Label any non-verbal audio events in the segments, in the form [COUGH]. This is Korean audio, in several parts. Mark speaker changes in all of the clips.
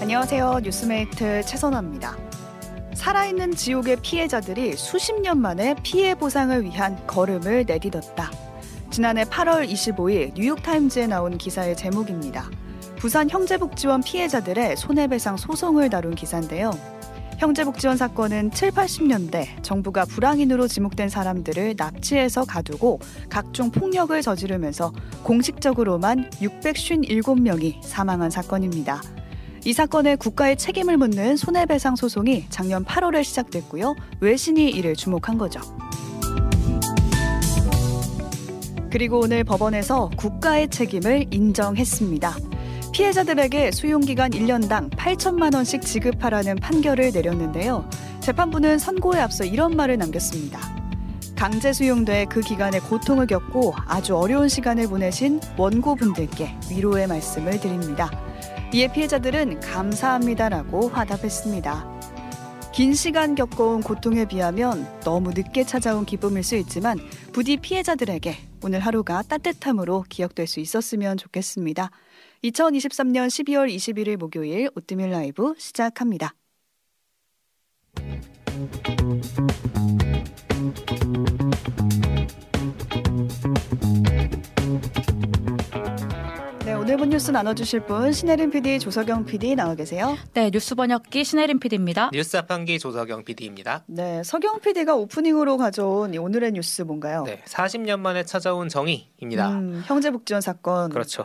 Speaker 1: 안녕하세요. 뉴스메이트 최선아입니다. 살아있는 지옥의 피해자들이 수십 년 만에 피해 보상을 위한 걸음을 내딛었다. 지난해 8월 25일 뉴욕타임즈에 나온 기사의 제목입니다. 부산 형제복지원 피해자들의 손해배상 소송을 다룬 기사인데요. 형제복지원 사건은 7, 80년대 정부가 불황인으로 지목된 사람들을 납치해서 가두고 각종 폭력을 저지르면서 공식적으로만 657명이 사망한 사건입니다. 이 사건에 국가의 책임을 묻는 손해배상 소송이 작년 8월에 시작됐고요. 외신이 이를 주목한 거죠. 그리고 오늘 법원에서 국가의 책임을 인정했습니다. 피해자들에게 수용기간 1년당 8천만 원씩 지급하라는 판결을 내렸는데요. 재판부는 선고에 앞서 이런 말을 남겼습니다. 강제 수용돼 그 기간에 고통을 겪고 아주 어려운 시간을 보내신 원고분들께 위로의 말씀을 드립니다. 이에 피해자들은 감사합니다라고 화답했습니다. 긴 시간 겪어온 고통에 비하면 너무 늦게 찾아온 기쁨일 수 있지만 부디 피해자들에게 오늘 하루가 따뜻함으로 기억될 수 있었으면 좋겠습니다. 2023년 12월 21일 목요일 오뜨밀 라이브 시작합니다. 네, 오늘 본 뉴스 나눠주실 분 신혜림 PD, 조석영 PD 나와 계세요.
Speaker 2: 네, 뉴스 번역기 신혜림 PD입니다.
Speaker 3: 뉴스 자판기 조석영 PD입니다.
Speaker 1: 네, 석영 PD가 오프닝으로 가져온 이 오늘의 뉴스 뭔가요?
Speaker 3: 네, 40년 만에 찾아온 정의입니다.
Speaker 1: 어. 음, 형제복지원 사건.
Speaker 3: 그렇죠.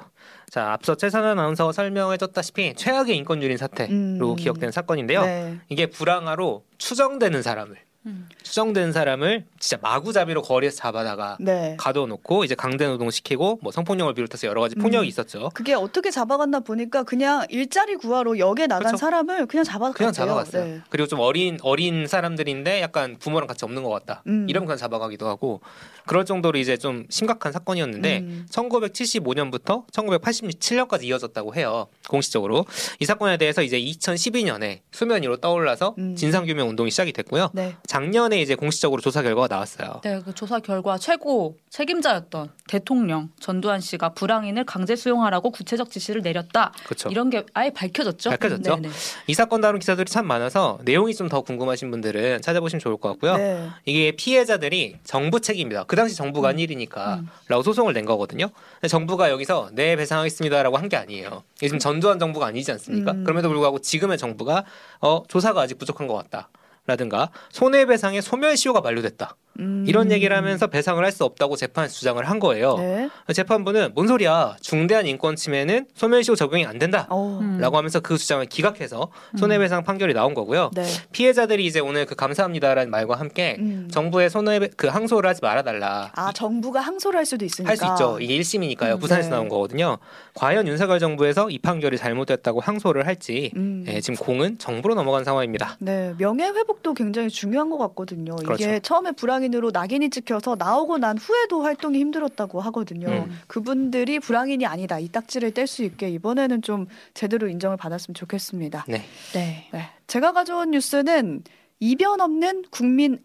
Speaker 3: 자, 앞서 최선한 아나운서가 설명해줬다시피 최악의 인권유린 사태로
Speaker 1: 음.
Speaker 3: 기억된 사건인데요.
Speaker 1: 네.
Speaker 3: 이게 불황화로 추정되는 사람을
Speaker 2: 음.
Speaker 3: 추정되는 사람을 진짜 마구잡이로 거리에서 잡아다가
Speaker 1: 네.
Speaker 3: 가둬놓고 이제 강제 노동시키고 뭐 성폭력을 비롯해서 여러 가지
Speaker 1: 음.
Speaker 3: 폭력이 있었죠.
Speaker 1: 그게 어떻게 잡아갔나 보니까 그냥 일자리 구하러 역에 나간
Speaker 3: 그렇죠.
Speaker 1: 사람을 그냥 잡아갔어요.
Speaker 3: 그냥 잡아갔어요.
Speaker 1: 네.
Speaker 3: 그리고 좀 어린 어린 사람들인데 약간 부모랑 같이 없는 것 같다.
Speaker 1: 음.
Speaker 3: 이러면 그냥 잡아가기도 하고 그럴 정도로 이제 좀 심각한 사건이었는데
Speaker 1: 음.
Speaker 3: 1975년부터 1987년까지 이어졌다고 해요. 공식적으로 이 사건에 대해서 이제 2012년에 수면 위로 떠올라서
Speaker 1: 음.
Speaker 3: 진상규명 운동이 시작이 됐고요.
Speaker 1: 네.
Speaker 3: 작년에 이제 공식적으로 조사 결과가 나왔어요.
Speaker 2: 네, 그 조사 결과 최고 책임자였던 대통령 전두환 씨가 불황인을 강제 수용하라고 구체적 지시를 내렸다.
Speaker 3: 그렇죠.
Speaker 2: 이런 게 아예 밝혀졌죠.
Speaker 3: 밝혀졌죠.
Speaker 2: 네, 네.
Speaker 3: 이 사건 다룬 기사들이 참 많아서 내용이 좀 더 궁금하신 분들은 찾아보시면 좋을 것 같고요.
Speaker 1: 네.
Speaker 3: 이게 피해자들이 정부 책임입니다. 그 당시 정부가 한 일이니까
Speaker 2: 음.
Speaker 3: 라고 소송을 낸 거거든요. 근데 정부가 여기서 네 배상하겠습니다라고 한 게 아니에요. 이게 지금 전두환 정부가 아니지 않습니까?
Speaker 1: 음.
Speaker 3: 그럼에도 불구하고 지금의 정부가 어 조사가 아직 부족한 것 같다. 라든가 손해배상의 소멸시효가 만료됐다
Speaker 1: 음.
Speaker 3: 이런 얘기를 하면서 배상을 할 수 없다고 재판 주장을 한 거예요 그
Speaker 1: 네.
Speaker 3: 재판부는 뭔 소리야 중대한 인권 침해는 소멸시효 적용이 안 된다라고
Speaker 1: 어.
Speaker 2: 음.
Speaker 3: 하면서 그 주장을 기각해서 손해배상 판결이 나온 거고요
Speaker 1: 음. 네.
Speaker 3: 피해자들이 이제 오늘 그 감사합니다라는 말과 함께
Speaker 1: 음.
Speaker 3: 정부에 손해 그 항소를 하지 말아달라.
Speaker 1: 아 정부가 항소를 할 수도 있으니까.
Speaker 3: 할 수 있죠. 이게 1심이니까요.
Speaker 1: 음,
Speaker 3: 부산에서
Speaker 1: 네.
Speaker 3: 나온 거거든요. 과연 윤석열 정부에서 이 판결이 잘못됐다고 항소를 할지
Speaker 1: 음.
Speaker 3: 예, 지금 공은 정부로 넘어간 상황입니다.
Speaker 1: 네, 명예 회복도 굉장히 중요한 것 같거든요. 이게
Speaker 3: 그렇죠.
Speaker 1: 처음에 불황인으로 낙인이 찍혀서 나오고 난 후에도 활동이 힘들었다고 하거든요.
Speaker 3: 음.
Speaker 1: 그분들이 불황인이 아니다 이 딱지를 뗄 수 있게 이번에는 좀 제대로 인정을 받았으면 좋겠습니다.
Speaker 3: 네.
Speaker 2: 네.
Speaker 1: 네, 제가 가져온 뉴스는 이변 없는 국민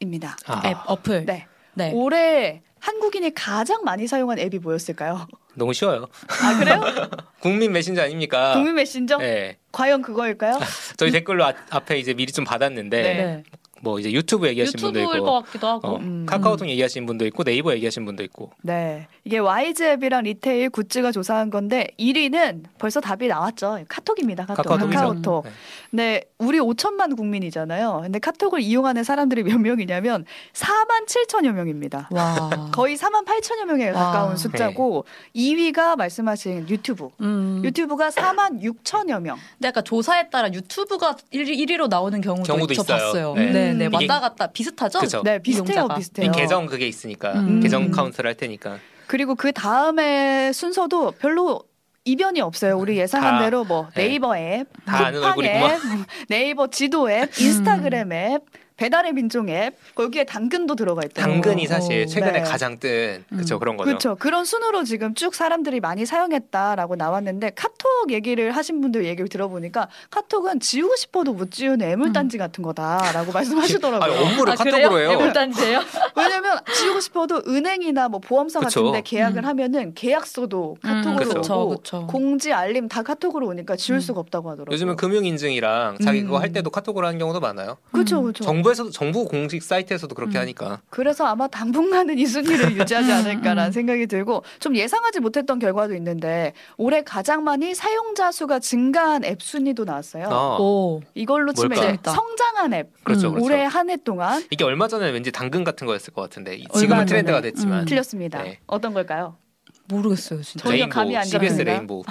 Speaker 1: 앱입니다.
Speaker 3: 아,
Speaker 2: 앱 어플.
Speaker 1: 네,
Speaker 2: 네.
Speaker 1: 올해 한국인이 가장 많이 사용한 앱이 뭐였을까요?
Speaker 3: 너무 쉬워요.
Speaker 1: [LAUGHS] 아 [LAUGHS] 그래요? 네.
Speaker 3: 국민 메신저 아닙니까?
Speaker 1: 국민 메신저? 음.
Speaker 3: 예.
Speaker 1: 과연 그거일까요?
Speaker 3: 저희 댓글로 아- 앞에 이제 미리 좀 받았는데
Speaker 2: 네.
Speaker 3: 뭐 이제 유튜브 얘기하신 분도
Speaker 2: 유튜브일
Speaker 3: 있고
Speaker 2: 것 같기도 하고.
Speaker 3: 어,
Speaker 1: 음.
Speaker 3: 카카오톡 얘기하신 분도 있고 네이버 얘기하신 분도 있고
Speaker 1: 네. 이게 와이즈 앱이랑 리테일 굿즈가 조사한 건데 1위는 벌써 답이 나왔죠. 카톡입니다. 카톡.
Speaker 3: 카카오톡이죠.
Speaker 1: 카카오톡.
Speaker 3: 네.
Speaker 1: 네. 우리 5천만 국민이잖아요. 근데 카톡을 이용하는 사람들이 몇 명이냐면 4만 7천여 명입니다.
Speaker 2: 와.
Speaker 3: [LAUGHS]
Speaker 1: 거의 4만 8천여 명에 가까운
Speaker 2: 와.
Speaker 1: 숫자고 2위가 말씀하신 유튜브.
Speaker 2: 음.
Speaker 1: 유튜브가 4만 6천여 명.
Speaker 2: 근데 약간 조사에 따라 유튜브가 1위, 위로 나오는 경우도,
Speaker 3: 경우도
Speaker 2: 저
Speaker 3: 있어요.
Speaker 2: 봤어요.
Speaker 3: 네.
Speaker 2: 네, 네.
Speaker 1: 이게-
Speaker 2: 왔다 갔다 비슷하죠?
Speaker 3: 그쵸.
Speaker 1: 네, 비슷해요,
Speaker 2: 이용자가.
Speaker 3: 어, 이
Speaker 1: 비슷해요.
Speaker 3: 계정 그게 있으니까
Speaker 2: 음.
Speaker 3: 계정 카운트를 할 테니까
Speaker 1: 그리고 그 다음에 순서도 별로 이변이 없어요. 우리 예상한
Speaker 3: 음, 다,
Speaker 1: 대로 뭐
Speaker 3: 네.
Speaker 1: 네이버 앱,
Speaker 3: 다 아는 음.
Speaker 1: 쿠팡 앱, 음,
Speaker 3: 얼굴이구만.
Speaker 1: 네이버 지도 앱, 인스타그램 앱, 배달의 민족 앱 거기에 당근도 들어가 있다.
Speaker 3: 당근이
Speaker 2: 어,
Speaker 3: 사실
Speaker 2: 어,
Speaker 3: 최근에
Speaker 1: 네.
Speaker 3: 가장 뜬 그쵸
Speaker 2: 음.
Speaker 3: 그런 거죠.
Speaker 1: 그렇죠. 그런 순으로 지금 쭉 사람들이 많이 사용했다라고 나왔는데 카톡 얘기를 하신 분들 얘기를 들어보니까 카톡은 지우고 싶어도 못 지운 애물단지 같은 거다라고
Speaker 3: 음. 아,
Speaker 1: 말씀하시더라고요. 네, 뭐
Speaker 3: 업무를
Speaker 2: 아,
Speaker 3: 카톡으로
Speaker 2: 그래요?
Speaker 3: 해요. [LAUGHS]
Speaker 2: 애물단지예요?
Speaker 1: 왜냐면 지우고 싶어도 은행이나 뭐 보험사
Speaker 3: 그쵸.
Speaker 1: 같은데 계약을
Speaker 2: 음.
Speaker 1: 하면은 계약서도 카톡으로
Speaker 3: 그쵸.
Speaker 1: 오고
Speaker 2: 그쵸.
Speaker 1: 공지 알림 다 카톡으로 오니까 지울
Speaker 2: 음.
Speaker 1: 수가 없다고 하더라고요.
Speaker 3: 요즘은 그 금융 인증이랑 자기 그거
Speaker 1: 음.
Speaker 3: 할 때도 카톡으로 하는 경우도 많아요.
Speaker 1: 그렇죠,
Speaker 2: 음.
Speaker 1: 그렇죠.
Speaker 3: 정부에서도 정부 공식 사이트에서도 그렇게
Speaker 2: 음.
Speaker 3: 하니까.
Speaker 1: 그래서 아마 당분간은 이
Speaker 2: [LAUGHS]
Speaker 1: 순위를 유지하지
Speaker 2: 음,
Speaker 1: 않을까라는
Speaker 2: 음.
Speaker 1: 생각이 들고 좀 예상하지 못했던 결과도 있는데 올해 가장 많이 사용자 수가 증가한 앱 순위도 나왔어요.
Speaker 3: 어,
Speaker 2: 오.
Speaker 1: 이걸로 치면
Speaker 3: 뭘까?
Speaker 1: 이제 성장한 앱
Speaker 3: 그렇죠,
Speaker 2: 음,
Speaker 3: 그렇죠.
Speaker 1: 올해 한 해 동안
Speaker 3: 이게 얼마 전에 왠지 당근 같은 거였을 것 같은데 지금은
Speaker 2: 얼마 전에.
Speaker 3: 트렌드가
Speaker 2: 음.
Speaker 3: 됐지만
Speaker 1: 틀렸습니다.
Speaker 3: 네.
Speaker 1: 어떤 걸까요? [LAUGHS]
Speaker 2: 모르겠어요 진짜.
Speaker 1: 전혀 감이
Speaker 3: 레인보우,
Speaker 1: 안 아,
Speaker 3: CBS
Speaker 1: 잡힙니다.
Speaker 3: 레인보우.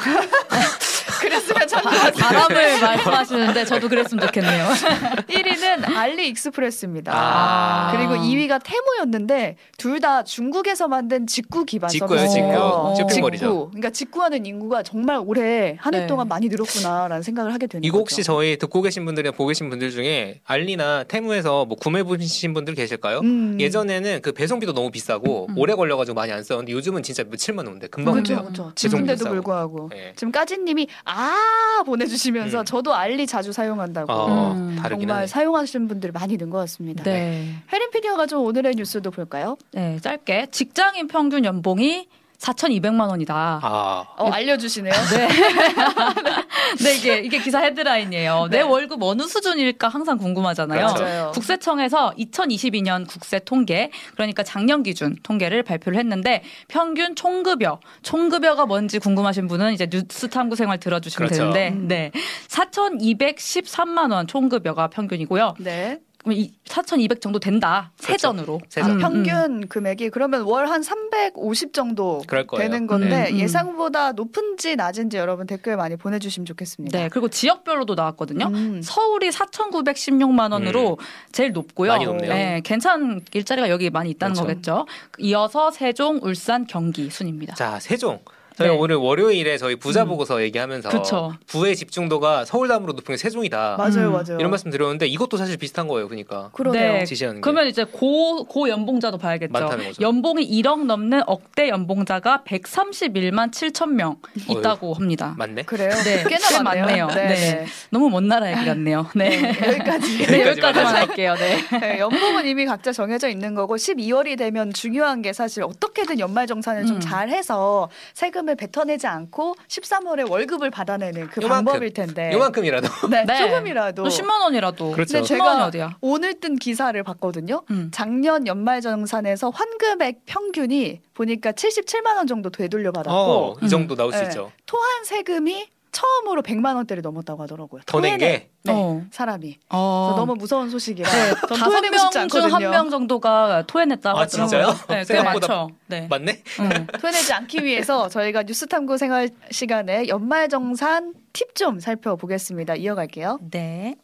Speaker 1: 그랬으면 참
Speaker 3: [LAUGHS]
Speaker 2: 바람을 말씀하시는데 저도 그랬으면 좋겠네요.
Speaker 1: 1위는 알리 익스프레스입니다.
Speaker 3: 아.
Speaker 1: 그리고 2위가 테무였는데 둘 다 중국에서 만든 직구 기반
Speaker 3: 직구예요,
Speaker 1: 서비스예요.
Speaker 2: 직구. 쇼핑몰이죠.
Speaker 1: 직구. 그러니까 직구하는 인구가 정말 올해 한 해
Speaker 2: 네.
Speaker 1: 동안 많이 늘었구나라는 생각을 하게 되는
Speaker 3: 이거
Speaker 1: 거죠.
Speaker 3: 혹시 저희 듣고 계신 분들이나 보고 계신 분들 중에 알리나 테무에서 뭐 구매해 보신 분들 계실까요?
Speaker 1: 음.
Speaker 3: 예전에는 그 배송비도 너무 비싸고
Speaker 2: 음.
Speaker 3: 오래 걸려가지고 많이 안 썼는데 요즘은 진짜 며칠만 온대 금방
Speaker 1: 그렇죠,
Speaker 3: 온대요.
Speaker 1: 그렇죠.
Speaker 3: 지금
Speaker 1: 지금데도
Speaker 3: 비싸고.
Speaker 1: 불구하고
Speaker 3: 예.
Speaker 1: 지금 까진님이 아 보내주시면서
Speaker 3: 음.
Speaker 1: 저도 알리 자주 사용한다고
Speaker 3: 어,
Speaker 2: 음,
Speaker 3: 다르긴
Speaker 1: 정말
Speaker 3: 하네.
Speaker 1: 사용하시는 분들이 많이 는 것 같습니다.
Speaker 2: 네.
Speaker 1: 혜린 PD가 좀 오늘의 뉴스도 볼까요?
Speaker 2: 네, 짧게 직장인 평균 연봉이 4,200만 원이다.
Speaker 3: 아,
Speaker 1: 어, 알려주시네요.
Speaker 2: 네, 이게, 이게 기사 헤드라인이에요.
Speaker 1: 네.
Speaker 2: 내 월급 어느 수준일까 항상 궁금하잖아요.
Speaker 3: 그렇죠.
Speaker 1: 맞아요.
Speaker 2: 국세청에서 2022년 국세 통계, 그러니까 작년 기준 통계를 발표를 했는데 평균 총급여, 총급여가 뭔지 궁금하신 분은 이제 뉴스 탐구 생활 들어주시면
Speaker 3: 그렇죠.
Speaker 1: 음.
Speaker 2: 되는데, 네. 4,213만 원 총급여가 평균이고요.
Speaker 1: 네.
Speaker 2: 그럼 이- 4,200 정도 된다. 세전으로.
Speaker 3: 그렇죠. 세전.
Speaker 2: 음, 음.
Speaker 1: 평균 금액이 그러면 월 한 350 정도
Speaker 3: 그럴 거예요.
Speaker 1: 되는 건데
Speaker 2: 네. 음, 음.
Speaker 1: 예상보다 높은지 낮은지 여러분 댓글 많이 보내주시면 좋겠습니다.
Speaker 2: 네, 그리고 지역별로도 나왔거든요.
Speaker 1: 음.
Speaker 2: 서울이 4,916만 원으로 제일 높고요.
Speaker 3: 음. 많이 높네요.
Speaker 2: 네, 괜찮은 일자리가 여기 많이 있다는
Speaker 3: 그렇죠.
Speaker 2: 거겠죠. 이어서 세종, 울산, 경기 순입니다.
Speaker 3: 자 세종. 저희
Speaker 2: 네.
Speaker 3: 오늘 월요일에 저희 부자
Speaker 2: 음.
Speaker 3: 보고서 얘기하면서
Speaker 2: 그쵸.
Speaker 3: 부의 집중도가 서울 다음으로 높은 게 세종이다.
Speaker 1: 맞아요,
Speaker 2: 음.
Speaker 1: 맞아요.
Speaker 3: 이런 말씀 드렸는데 이것도 사실 비슷한 거예요. 그러니까
Speaker 1: 그러네요.
Speaker 2: 네.
Speaker 3: 지시하는 게.
Speaker 2: 그러면 이제 고, 고 연봉자도 봐야겠죠.
Speaker 3: 많다는 거죠.
Speaker 2: 연봉이 1억 넘는 억대 연봉자가 131만 7천 명 있다고 합니다.
Speaker 3: 맞네.
Speaker 1: 그래요?
Speaker 2: 네,
Speaker 1: 꽤나
Speaker 2: 꽤
Speaker 1: 많네요.
Speaker 2: 많네요. 네. 너무 먼 나라 얘기 같네요. 네.
Speaker 1: [LAUGHS] 여기까지.
Speaker 2: 네,
Speaker 3: 여기까지만
Speaker 2: 여기까지만
Speaker 3: 하죠.
Speaker 2: 할게요. 네.
Speaker 1: 네, 연봉은 이미 각자 정해져 있는 거고 12월이 되면 중요한 게 사실 어떻게든 연말 정산을 좀
Speaker 2: 음.
Speaker 1: 잘해서 세금을 뱉어내지 않고 13월에 월급을 받아내는 그
Speaker 3: 요만큼.
Speaker 1: 방법일 텐데
Speaker 3: 요만큼이라도.
Speaker 1: 네,
Speaker 2: 네.
Speaker 1: 조금이라도
Speaker 2: 또 10만 원이라도.
Speaker 3: 그렇죠.
Speaker 1: 근데
Speaker 2: 10만 원이
Speaker 1: 제가
Speaker 2: 어디야?
Speaker 1: 오늘 뜬 기사를 봤거든요.
Speaker 2: 음.
Speaker 1: 작년 연말 정산에서 환급액 평균이 보니까 77만 원 정도 되돌려 받았고
Speaker 3: 어, 이 정도 나올 수
Speaker 1: 네.
Speaker 3: 있죠.
Speaker 1: 토한 세금이 처음으로 100만 원대를 넘었다고 하더라고요.
Speaker 3: 더
Speaker 1: 토해낸,
Speaker 3: 낸 게?
Speaker 1: 네,
Speaker 2: 어.
Speaker 1: 사람이
Speaker 2: 어.
Speaker 1: 그래서 너무 무서운 소식이라 전
Speaker 2: 다섯
Speaker 1: 토해내고 싶지
Speaker 2: 명 중 한
Speaker 1: 않거든요. [LAUGHS]
Speaker 2: 명 정도가 토해냈다고
Speaker 3: 아,
Speaker 2: 하더라고요.
Speaker 3: 진짜요?
Speaker 2: 네, 꽤
Speaker 3: 생각보다-
Speaker 2: 많죠. 네.
Speaker 3: 맞네.
Speaker 2: 음.
Speaker 1: 토해내지 않기 위해서 저희가 뉴스탐구 생활 시간에 연말정산 팁 좀 살펴보겠습니다. 이어갈게요.
Speaker 2: 네.